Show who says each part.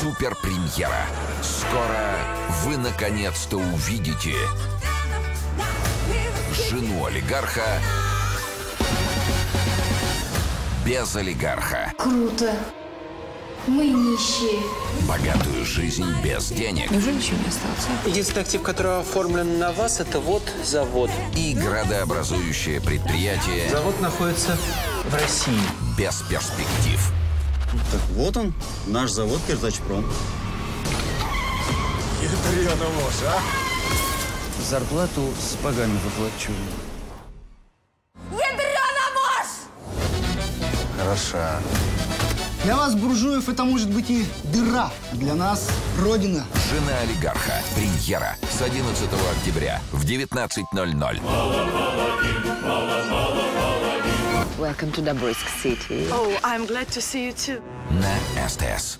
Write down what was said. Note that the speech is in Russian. Speaker 1: суперпремьера. Скоро вы наконец-то увидите жену олигарха без олигарха.
Speaker 2: Круто. Мы нищие.
Speaker 1: Богатую жизнь без денег.
Speaker 3: Неужели ничего не осталось?
Speaker 4: Единственный актив, который оформлен на вас, это вот завод.
Speaker 1: И градообразующее предприятие
Speaker 4: Завод находится в России.
Speaker 1: без перспектив.
Speaker 5: Так вот он, наш завод Кирзачпром. Зарплату с богами выплачу.
Speaker 1: Хороша.
Speaker 6: Для вас, буржуев, это может быть и дыра. а Для нас – родина.
Speaker 1: Жена олигарха. Премьера с 11 октября в 19.00.
Speaker 7: Welcome to the Brisk City.
Speaker 8: Oh, I'm glad to see you too.
Speaker 1: на СТС.